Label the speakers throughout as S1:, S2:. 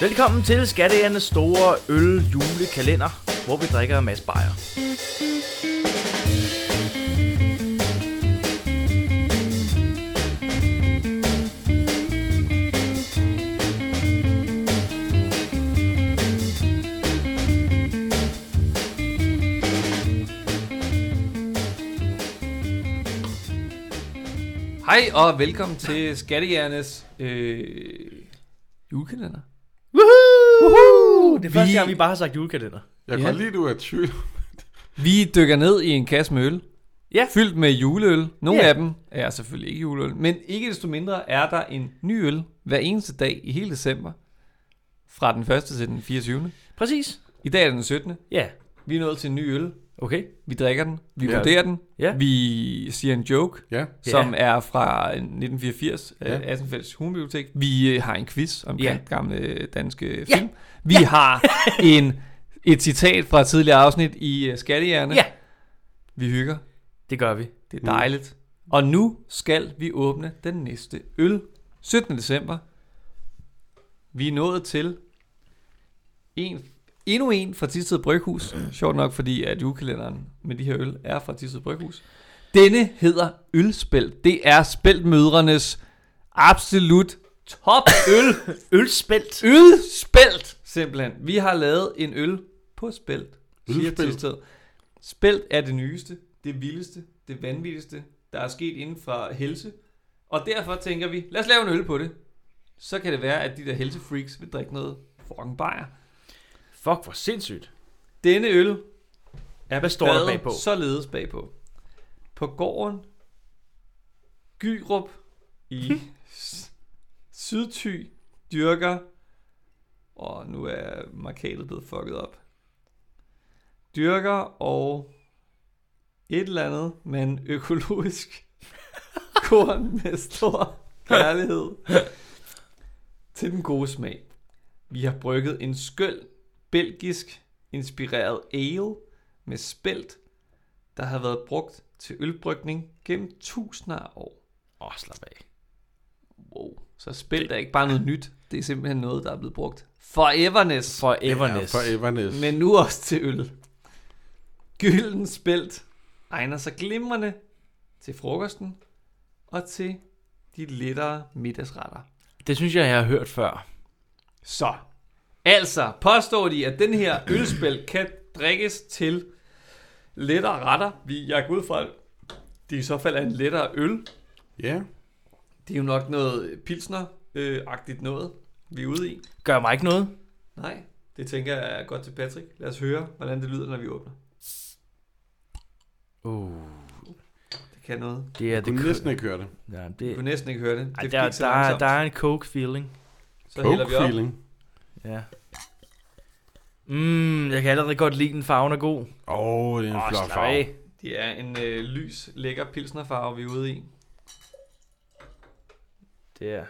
S1: Velkommen til Skatteernes store øl julekalender, hvor vi drikker en masse bajer.
S2: Hej og velkommen til Skattejernes øh, julekalender.
S1: Woohoo! Det er første
S2: Vi-
S1: gang, vi bare har sagt julekalender.
S3: Jeg kan
S2: Ja.
S3: godt lide, du er i tvivl.
S2: Vi dykker ned i en kasse med øl,
S1: Ja.
S2: fyldt med juleøl. Nogle
S1: Ja.
S2: af dem er selvfølgelig ikke juleøl, men ikke desto mindre er der en ny øl hver eneste dag i hele december. Fra den 1. til den 24.
S1: Præcis.
S2: I dag er den 17.
S1: Ja.
S2: Vi er nået til en ny øl.
S1: Okay.
S2: Vi drikker den, vi
S3: Ja.
S2: vurderer den,
S1: Ja.
S2: vi siger en joke,
S3: Ja.
S1: Ja.
S2: som er fra øh, 1984, ja.
S3: Ja.
S2: Assenfelds Humlebibliotek. Vi øh, har en quiz omkring
S1: Ja.
S2: ja. gamle øh, danske
S1: Ja.
S2: film. Vi har en, et citat fra et tidligere afsnit i øh, Skattejerne.
S1: Ja,
S2: Vi hygger.
S1: det gør vi.
S2: Det er dejligt. Og nu skal vi åbne den næste øl. 17. december. Vi er nået til en, endnu en fra Tisted Bryghus. Sjovt nok, fordi at julekalenderen med de her øl er fra Tisted Bryghus. Denne hedder Ølspælt. Det er spæltmødrenes absolut top øl.
S1: Ølspelt.
S2: Ølspælt, simpelthen. Vi har lavet en øl på spælt, siger
S3: Ølspelt.
S2: Tisted. Spælt er det nyeste, det vildeste, det vanvittigste, der er sket inden for helse. Og derfor tænker vi, lad os lave en øl på det. Så kan det være, at de der helsefreaks vil drikke noget fucking bajer.
S1: Fuck, hvor sindssygt.
S2: Denne øl er
S1: Hvad står der
S2: beskrevet
S1: bagpå?
S2: således bagpå. På gården Gyrup i
S1: Hm.
S2: S- Sydthy dyrker, og nu er markedet blevet fucket op, dyrker og et eller andet, men økologisk korn med stor kærlighed til den gode smag. Vi har brygget en skøl belgisk inspireret ale med spelt, der har været brugt til ølbrygning gennem tusinder af år.
S1: Åh, oh, slap af.
S2: Wow. Så spelt er ikke bare noget nyt, det er simpelthen noget, der er blevet brugt foreverness,
S1: For
S3: Ja,
S1: Everness.
S3: for Everness.
S2: men nu også til øl. Gylden spelt egner sig glimrende til frokosten og til de lettere middagsretter.
S1: Det synes jeg, jeg har hørt før.
S2: Så, altså påstår de, at den her ølspil kan drikkes til lettere retter. Vi, jeg er gået ud fra, at det i så fald er en lettere øl.
S3: Ja.
S2: Det er jo nok noget pilsner-agtigt noget, vi er ude i.
S1: Gør mig ikke noget.
S2: Nej, det tænker jeg er godt til Patrick. Lad os høre, hvordan det lyder, når vi åbner.
S1: Uh,
S2: Det kan noget.
S1: det er
S3: Jeg
S1: det
S3: kunne
S1: kø-
S3: næsten ikke høre det.
S1: Ja,
S2: Du kunne
S1: det,
S2: næsten ikke høre det. Det
S1: ej,
S2: gik
S1: der,
S2: så
S1: der, er-
S2: langsomt.
S1: der er en coke feeling.
S2: Så hælder
S3: Coke
S2: vi op.
S3: feeling.
S1: Ja. Mm, jeg kan allerede godt lide den farven er god.
S3: Åh, oh, det er en
S1: Åh,
S3: oh, flot
S1: slap
S3: farve.
S1: af.
S2: Det er en øh, lys, lækker pilsnerfarve, vi er ude i.
S1: Det er.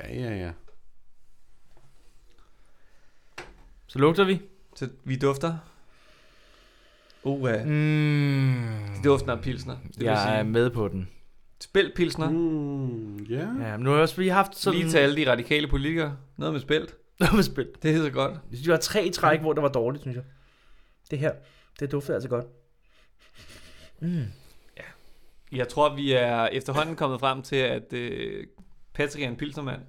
S3: Ja, ja, ja.
S1: Så lugter vi.
S2: Så vi dufter. Oh, ja.
S1: Mm,
S2: Det duften af pilsner. Det vil
S1: jeg er
S2: sige,
S1: med på den.
S2: spælt pilsner. Mm.
S3: Mm, ja.
S1: Ja, men nu har jeg også lige haft sådan...
S2: Lige til alle de radikale politikere. Noget med spælt.
S1: Noget med spil.
S2: Det er så godt.
S1: Jeg synes, det var tre i træk, hvor det var dårligt, synes jeg. Det her, det dufter altså godt. Mm.
S2: Jeg tror, vi er efterhånden kommet frem til, at øh, Patrick er en pilsnermand.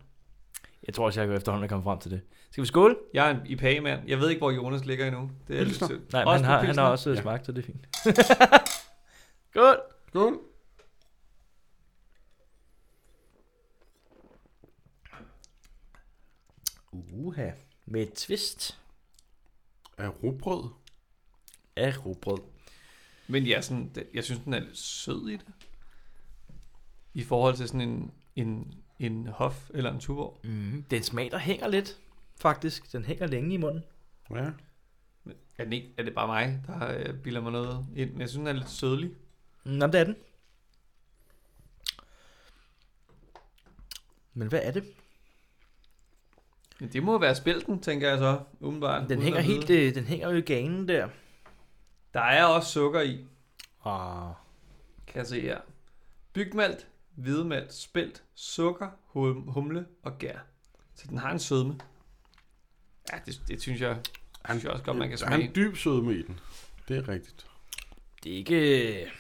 S1: Jeg tror også, jeg kan efterhånden er kommet frem til det. Skal vi skåle?
S2: Jeg er en IPA-mand. Jeg ved ikke, hvor Jonas ligger endnu. Det er
S3: Pilsner.
S2: lidt synd.
S1: Nej, men
S2: Også
S1: han
S2: på
S1: har, han
S2: pilsner.
S1: har også ja.
S3: Ja.
S1: smagt, så det er fint. Skål!
S3: Skål.
S1: Uha. Med et twist
S3: Er rugbrød?
S1: af rugbrød.
S2: Men ja, sådan, den- jeg synes, den er lidt sød i det. I forhold til sådan en, en, en hof eller en tuborg.
S1: Mm. Den smag, der hænger lidt, faktisk. Den hænger længe i munden.
S3: Ja.
S2: Er, den ikke, er det bare mig, der øh, bilder mig noget ind? Men jeg synes, den er lidt sødlig.
S1: Mm, jamen, det er den. Men hvad er det?
S2: Men det må være spælten, tænker jeg så, umiddelbart.
S1: Den
S2: uden
S1: hænger
S2: at vide.
S1: helt, øh, den hænger jo i ganen der.
S2: Der er også sukker i.
S1: Ah.
S2: Kan jeg se her. Bygmalt, hvidmalt, spelt, sukker, hum- humle og gær. Så den har en sødme. Ja, det, det synes jeg, synes jeg også godt, man kan
S3: der er
S2: smage.
S3: en dyb sødme i den. Det er rigtigt.
S1: Det er ikke... øh,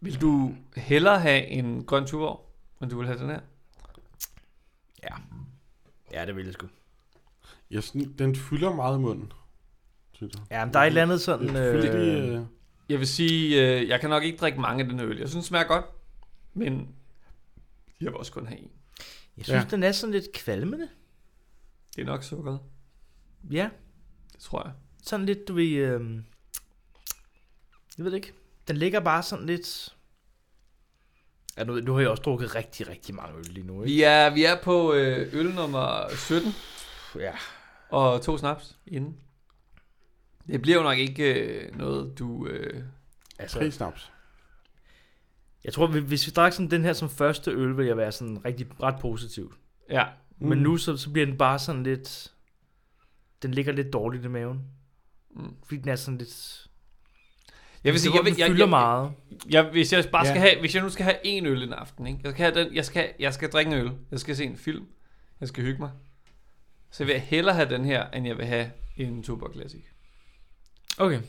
S2: Vil du hellere have en grøn tuborg, end du vil have den her?
S1: Ja, det vil jeg sgu.
S3: Jeg, sådan, den fylder meget i munden, synes jeg.
S1: Ja, men der er et eller andet sådan...
S3: Det er fyldig,
S1: Øh,
S3: øh,
S2: Jeg vil sige, øh, jeg kan nok ikke drikke mange af den øl. Jeg synes, den smager godt, men jeg vil også kun have en.
S1: jeg synes,
S3: ja.
S1: den er sådan lidt kvalmende.
S2: Det er nok sukkeret,
S1: Ja,
S2: det tror jeg.
S1: sådan lidt, du ved... Øh, jeg ved det ikke. Den ligger bare sådan lidt... Ja, nu, nu har jeg også drukket rigtig, rigtig mange øl lige nu, ikke?
S2: Vi er, vi er på øh, øl nummer 17
S1: Ja.
S2: og to snaps inden. Det bliver jo nok ikke øh, noget, du... Øh,
S1: Altså,
S3: tre snaps.
S1: jeg tror, vi- hvis vi drak sådan den her som første øl, ville jeg være sådan rigtig ret positiv.
S2: ja,
S1: Mm. Men nu så, så bliver den bare sådan lidt... Den ligger lidt dårligt i maven.
S2: Mm.
S1: Fordi den er sådan lidt...
S2: Jeg vil sige, jeg,
S1: den
S2: vil- jeg,
S1: fylder
S2: jeg, jeg,
S1: meget.
S2: jeg, hvis jeg bare
S3: Ja.
S2: skal have, hvis jeg nu skal have en øl en aften, ikke? Jeg skal have den, jeg skal, jeg skal drikke en øl, jeg skal se en film, jeg skal hygge mig. Så vil jeg hellere have den her, end jeg vil have en Tuborg Classic.
S1: Okay.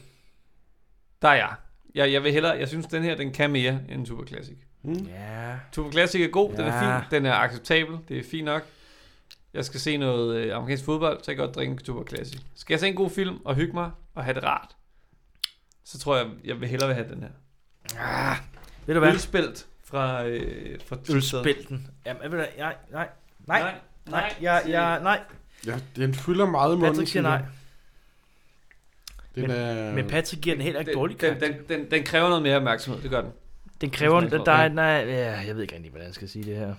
S2: Der er jeg. Jeg, jeg vil hellere, jeg synes den her, den kan mere end en Tuborg Classic.
S3: Mm.
S1: Ja.
S2: Tuborg Classic er god, ja. den
S1: Ja.
S2: er fin, den er acceptabel, det er fint nok. Jeg skal se noget øh, amerikansk fodbold, så kan jeg godt drikke en Tuborg Classic. Skal jeg se en god film og hygge mig og have det rart, så tror jeg, jeg vil hellere vil have den her.
S1: Ah, ved du hvad?
S2: Ølspelt fra, øh, fra Thisted.
S1: Ølspælten. Jamen, ved du hvad? Nej, nej, nej, nej,
S2: Nej,
S1: nej, jeg,
S2: siger
S1: jeg, nej.
S3: Ja, den fylder meget i munden.
S1: Patrick siger
S3: synes jeg.
S1: nej.
S3: Den er...
S1: Men Patrick giver den heller ikke dårlig
S2: den,
S1: karakter. Den,
S2: den, den, den kræver noget mere opmærksomhed, det gør den.
S1: den kræver,
S2: den
S1: den,
S2: smager
S1: der er,
S2: godt.
S1: nej, ja, jeg ved ikke rigtig, hvordan jeg skal sige det her.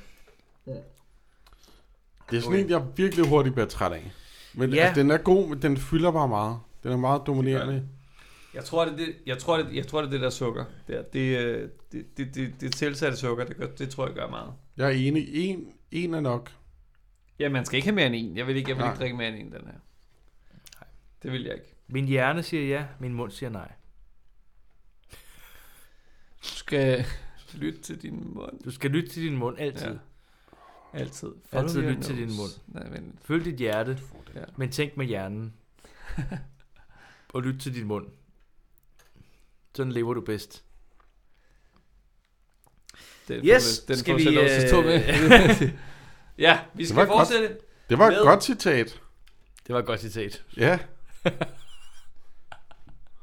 S3: Det er sådan
S2: Okay.
S3: en, jeg virkelig hurtigt bliver træt af. Men
S1: Ja.
S3: ja. altså, den er god, men den fylder bare meget. Den er meget dominerende.
S2: Jeg tror, det er det, jeg tror, det, jeg tror, det, er det der sukker. Det, er- det, øh, det, det, det, det tilsatte sukker, det, gør, det tror jeg gør meget.
S3: Jeg er enig. En, en er nok.
S2: Ja, man skal ikke have mere end en. Jeg vil ikke, jeg vil
S3: Nej.
S2: ikke drikke mere end en, den her. Det vil jeg ikke.
S1: Min hjerne siger ja, min mund siger nej.
S2: Du skal lytte til din mund.
S1: Du skal lytte til din mund altid.
S2: Ja.
S1: Ja.
S2: Altid.
S1: Altid
S2: your
S1: lyt til din
S2: nose. Nej, men
S1: Følg dit hjerte,
S2: Ja.
S1: men tænk med hjernen. Og lyt til din mund. Sådan lever du bedst.
S2: den
S1: Yes,
S2: får, den
S1: skal
S2: får
S1: vi, øh,
S2: selv lov til at stå med. ja, vi skal
S3: var godt.
S2: fortsætte.
S3: Det var
S2: Med-
S3: et godt citat.
S1: Det var et godt citat.
S3: Ja.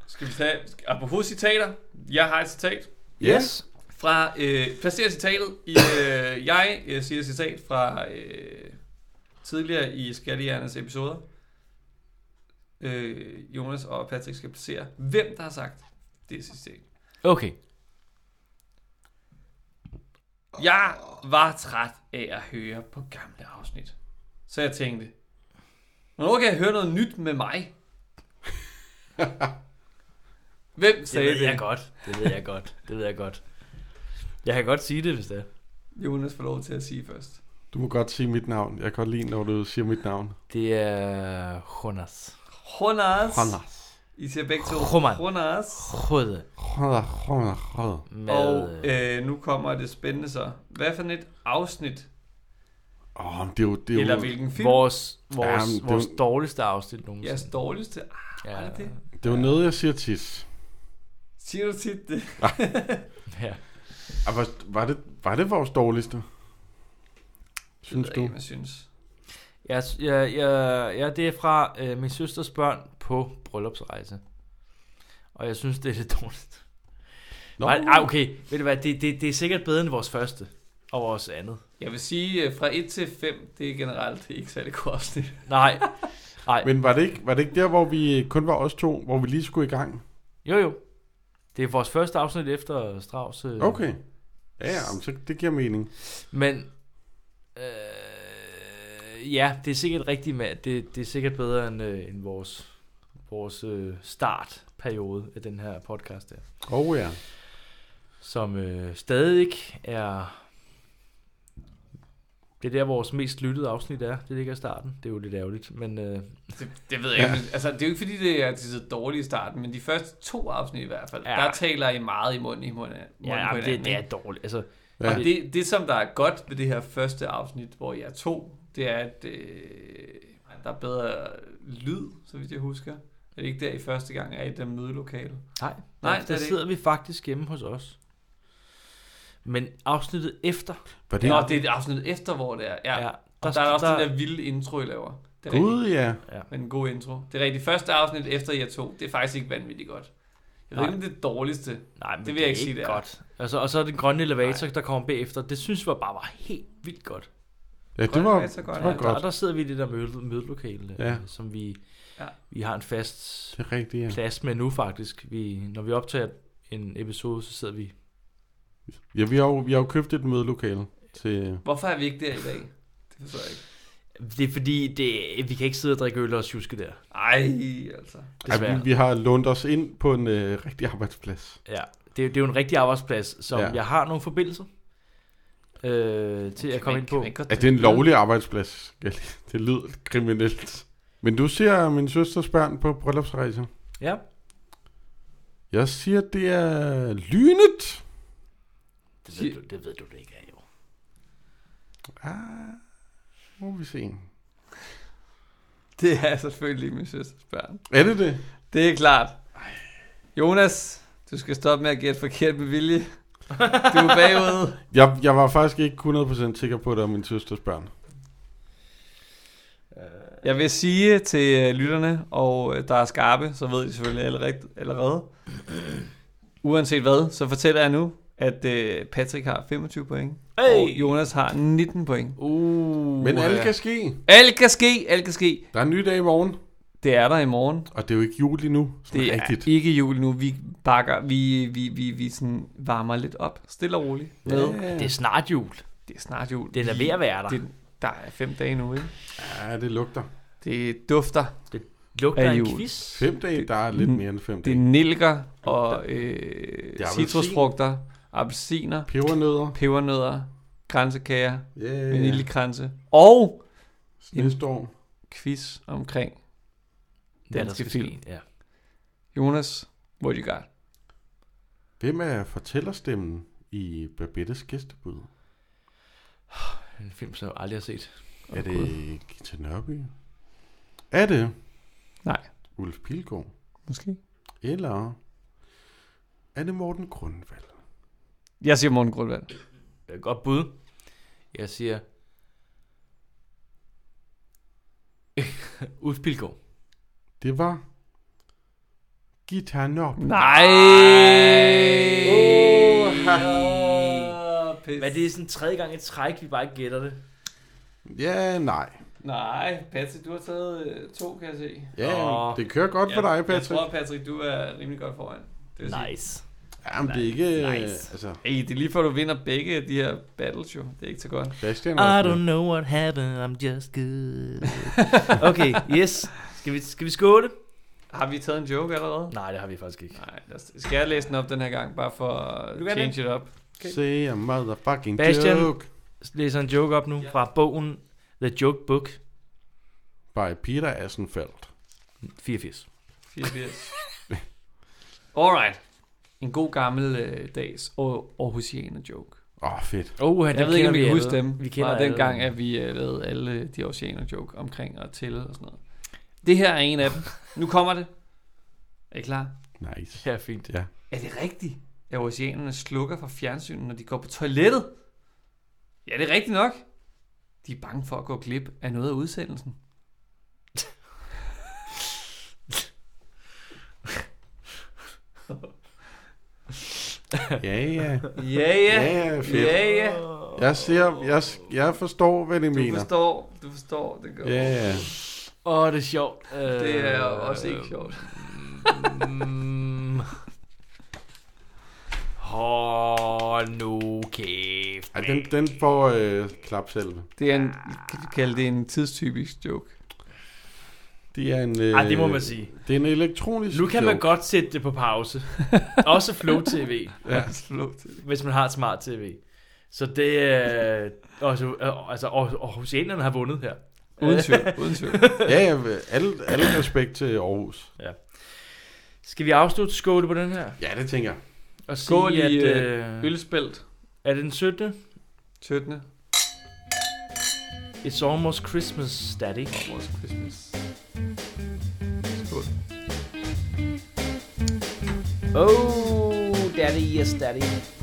S2: Skal vi tage, apropos citater, jeg har et citat
S1: Yes.
S2: fra, øh, placerer citatet i, øh, jeg øh, siger et citat fra øh, tidligere i Skattehjernes episoder. Øh, Jonas og Patrick skal placere, hvem der har sagt det citat.
S1: Okay.
S2: Jeg var træt af at høre på gamle afsnit. Så jeg tænkte, hvornår kan jeg høre noget nyt med mig? Hvem
S1: Det
S2: sagde
S1: ved jeg
S2: det?
S1: godt. Det ved jeg godt. Det ved jeg godt. Jeg kan godt sige det, hvis det er.
S2: Jonas får lov til at sige først.
S3: Du må godt sige mit navn. Jeg kan godt lide, når du siger mit navn.
S1: Det er Jonas.
S2: Jonas.
S3: Jonas.
S2: I siger begge to
S1: Roman.
S2: Jonas.
S1: Røde.
S3: Jonas, Jonas, Jonas.
S1: Med,
S2: Og
S1: øh,
S2: øh, nu kommer det spændende så. Hvad for et afsnit,
S3: Åh, men det er jo... Det er
S2: eller
S3: jo,
S2: hvilken film?
S1: vores, vores,
S3: Jamen, det
S1: Jamen,
S3: er
S1: vores
S3: jo-
S1: dårligste afsnit nogensinde.
S2: Jeres dårligste. Ah, ja. er det det?
S3: det er jo noget, jeg siger tit.
S2: Siger du tit det?
S1: ja.
S3: Ah, var, var, det, var det vores dårligste? Synes
S2: Det ved jeg
S3: du?
S2: ikke, Jeg synes.
S1: Jeg, jeg, jeg, ja, det er fra øh, min søsters børn på bryllupsrejse. Og jeg synes, det er lidt dårligt.
S3: Nå.
S1: Nej, ah, okay. Ved du hvad, det, det, det er sikkert bedre end vores første. Og vores andet.
S2: Jeg vil sige, øh, fra 1 til 5, det er generelt ikke særlig godt afsnit.
S1: Nej. Nej.
S3: Men var det, ikke, var det ikke der, hvor vi øh, kun var os to, hvor vi lige skulle i gang?
S1: Jo, jo. Det er vores første afsnit efter Strauss. Øh,
S3: Okay. Ja, ja, men så det giver mening.
S1: Men øh, ja, det er sikkert rigtigt, med, det, det er sikkert bedre end, øh, end vores, vores øh, startperiode af den her podcast der.
S3: Åh oh, ja.
S1: Som øh, stadig er Det er der, vores mest lyttede afsnit er. Det ligger i starten. Det er jo lidt ærgerligt, men øh,
S2: Det, det ved jeg ikke. men Altså, det er jo ikke fordi, det er til så dårligt i starten, men de første to afsnit i hvert fald, ja.
S1: Ja.
S2: der taler I meget i munden, i munden, munden
S1: ja,
S2: på
S1: men det,
S2: hinanden.
S1: det
S2: ikke?
S1: er dårligt. Altså,
S3: Ja.
S2: Ja. Og det, det, som der er godt ved det her første afsnit, hvor jeg er to, det er, at øh, der er bedre lyd, så vidt jeg husker. Er det ikke der i første gang, er i det der mødelokale?
S1: nej,
S2: Nej,
S1: Nej
S2: det
S1: der,
S2: er
S1: der
S2: det
S1: sidder vi faktisk hjemme hos os. Men afsnittet efter,
S3: Var
S2: Det...
S3: det?
S2: Nå, det er et afsnit efter, hvor det er. Ja. ja. Og der er også der... den der vilde intro, I laver. Det er
S3: Gud, ja.
S2: Men en god intro. Det er rigtigt. Første afsnit efter jer to, det er faktisk ikke vanvittigt godt. Jeg
S1: Nej.
S2: ved ikke, om det er det dårligste.
S1: Nej, men
S2: Det vil jeg ikke sige, det er.
S1: godt. Altså, og så er den grønne elevator, der kommer bagefter. Det synes jeg bare var helt vildt godt.
S3: Ja, det var,
S2: Godt, altså. så godt.
S3: det var
S2: Ja,
S1: Der,
S3: godt.
S1: der sidder vi i det der møde, mødelokale,
S3: Ja.
S1: ja. som vi,
S2: Ja.
S1: ja. vi har en fast
S3: Det er rigtigt, ja.
S1: plads med nu faktisk. Vi, når vi optager en episode, så sidder vi...
S3: Ja, vi har jo, vi har jo købt et mødelokale til...
S2: Hvorfor er vi ikke der i dag? Det forstår jeg ikke.
S1: Det er fordi, det, vi kan ikke sidde og drikke øl og sjuske der.
S2: Ej, altså.
S1: Desværre.
S3: Ej, vi, vi har lånt os ind på en øh, rigtig arbejdsplads.
S1: Ja, det, er- det er jo en rigtig arbejdsplads, som
S3: Ja.
S1: ja. jeg har nogle forbindelser øh, til at
S2: Kan
S1: komme
S2: man-
S1: ind
S2: kan
S1: på.
S2: man ikke godt
S3: Er det en
S2: drikke øl?
S3: lovlig arbejdsplads? skal jeg lige- Det lyder kriminelt. Men du ser min søsters børn på bryllupsrejse.
S1: Ja,
S3: Jeg siger, det er lynet.
S1: det ved, du, det ved du det ikke er jo.
S3: Ah, må vi se.
S2: Det er selvfølgelig min søsters børn.
S3: Er det det?
S2: Det er klart. Jonas, du skal stoppe med at gætte forkert med vilje. Du er bagud.
S3: Jeg, jeg var faktisk ikke 100% sikker på, at det var min søsters børn.
S2: Jeg vil sige til øh, lytterne, og øh, der er skarpe, så ved I selvfølgelig allerede. allerede. Uanset hvad, så fortæller jeg nu, at øh, Patrick har 25 point, hey. og
S1: Hey!
S2: Jonas har 19 point.
S1: Uh,
S3: Men alt kan ske.
S2: Alt kan ske, alt kan ske.
S3: Der er en ny dag i morgen,
S2: Det er der i morgen.
S3: og det er jo ikke jul endnu. Sådan
S2: Det
S3: rigtigt.
S2: er ikke jul nu. Vi bakker, vi, vi, vi, vi sådan varmer lidt op, stille og roligt. Med.
S1: Det er snart jul.
S2: Det er snart jul.
S1: Det er da ved at være der. Det
S2: Det, der er fem dage nu, ikke?
S3: Ja, det lugter.
S2: Det dufter.
S1: lugter
S2: er
S1: af en
S2: jul.
S1: quiz.
S3: Fem dage, der er lidt
S2: Mm.
S3: mere end fem
S2: Det er
S3: dage.
S2: nilker og øh,
S3: Det er appelsin.
S2: citrusfrugter, appelsiner,
S3: Pebernødder.
S2: pebernødder, kransekager,
S3: Yeah.
S2: vaniljekranse og
S3: Snestorm.
S2: quiz omkring.
S1: Hvad der
S2: Danske
S1: skal ske,
S2: film.
S1: Ja.
S2: Jonas, what you got?
S3: Hvem er fortællerstemmen i Babettes gæstebud?
S1: En film, som jeg aldrig har set.
S3: Er
S2: Gud.
S3: det Gita Nørby? Er det
S2: Nej,
S3: Ulf Pilgaard?
S2: måske.
S3: Eller er det Morten Grundvald?
S2: Jeg siger Morten Grundvald.
S1: Det er et godt bud. Jeg siger... Ulf Pilgaard.
S3: Det var Gita Nørby.
S2: Nej! Uh,
S1: Oha.
S2: Pis.
S1: Men det er sådan tredje gang i træk, vi bare ikke gætter det.
S3: Ja, nej.
S2: Nej, Patrick, du har taget øh, to, kan jeg se.
S3: Ja,
S1: Åh.
S3: det kører godt for dig,
S2: Jeg
S3: Patrick.
S2: tror, Patrick, du er rimelig godt foran. Det vil sige-
S1: Nice.
S3: Jamen, det er ikke...
S2: Nice.
S3: Altså,
S2: Ey, det er lige før, du vinder begge de her battles, jo. Det er ikke så godt.
S3: Christian
S1: I
S3: er
S1: don't know what happened, I'm just good. Okay, yes. Skal vi, skal vi skåle?
S2: Har vi taget en joke allerede?
S1: Nej, det har vi faktisk ikke.
S2: Nej, lad os, skal jeg læse den op den her gang, bare for at
S1: Du kan
S2: change it up?
S1: Okay.
S3: Say a motherfucking
S1: Bastian.
S3: joke
S1: Læser en joke op nu
S2: Ja.
S1: fra bogen The Joke Book
S3: by Peter Assenfeldt.
S1: 84.
S2: 84. Alright. En god gammel øh, dags Aar- Aarhusianer joke.
S3: Åh, oh, fedt.
S1: Oh,
S2: Jeg ved ikke, om I kan huske dem.
S1: Vi kender
S2: fra
S1: alle.
S2: dengang, at vi øh, lavede alle de Oceaner joke omkring og til og sådan noget. Det her er en af dem. Nu kommer det. Er I klar?
S3: Nice.
S1: Ja, fint.
S3: Ja.
S2: Er det rigtigt, at oceanerne slukker for fjernsynet, når de går på toilettet? Ja, det er rigtigt nok. De er bange for at gå glip af noget af udsendelsen.
S3: Ja, ja.
S2: Ja, ja.
S3: Ja, ja, fedt.
S2: Ja, ja.
S3: Jeg ser, jeg, jeg forstår, hvad de
S2: Du
S3: mener.
S2: forstår, du forstår. Det, gør.
S3: Ja, ja.
S1: Åh, oh, det er sjovt. Uh,
S2: det er også ikke sjovt.
S1: Mm. Hold nu kæft.
S3: Ej, den, den får øh, klap selv.
S2: Det er en, kan vi kalde det en tidstypisk joke.
S3: Det er en... Øh,
S1: Ej, det må man sige.
S3: Det er en elektronisk
S1: Nu kan man
S3: joke.
S1: godt sætte det på pause. også Flow TV,
S3: Ja.
S2: Absolut.
S1: hvis man har et smart TV. Så det er... Øh, også, øh, altså, og, og Oceanerne har vundet her.
S2: Uden tvivl, uden tvivl.
S3: Ja, ja, alle, alle respekt til Aarhus.
S1: Skal vi afslutte skåle på den her?
S3: Ja, det tænker jeg.
S1: Og sige,
S2: Skål i
S1: at...
S2: øh,
S1: Øh,
S2: ølspælt.
S1: er det den 17?
S2: 17.
S1: It's almost Christmas, daddy.
S2: Vores Christmas. Skål.
S1: Oh, daddy, yes, daddy.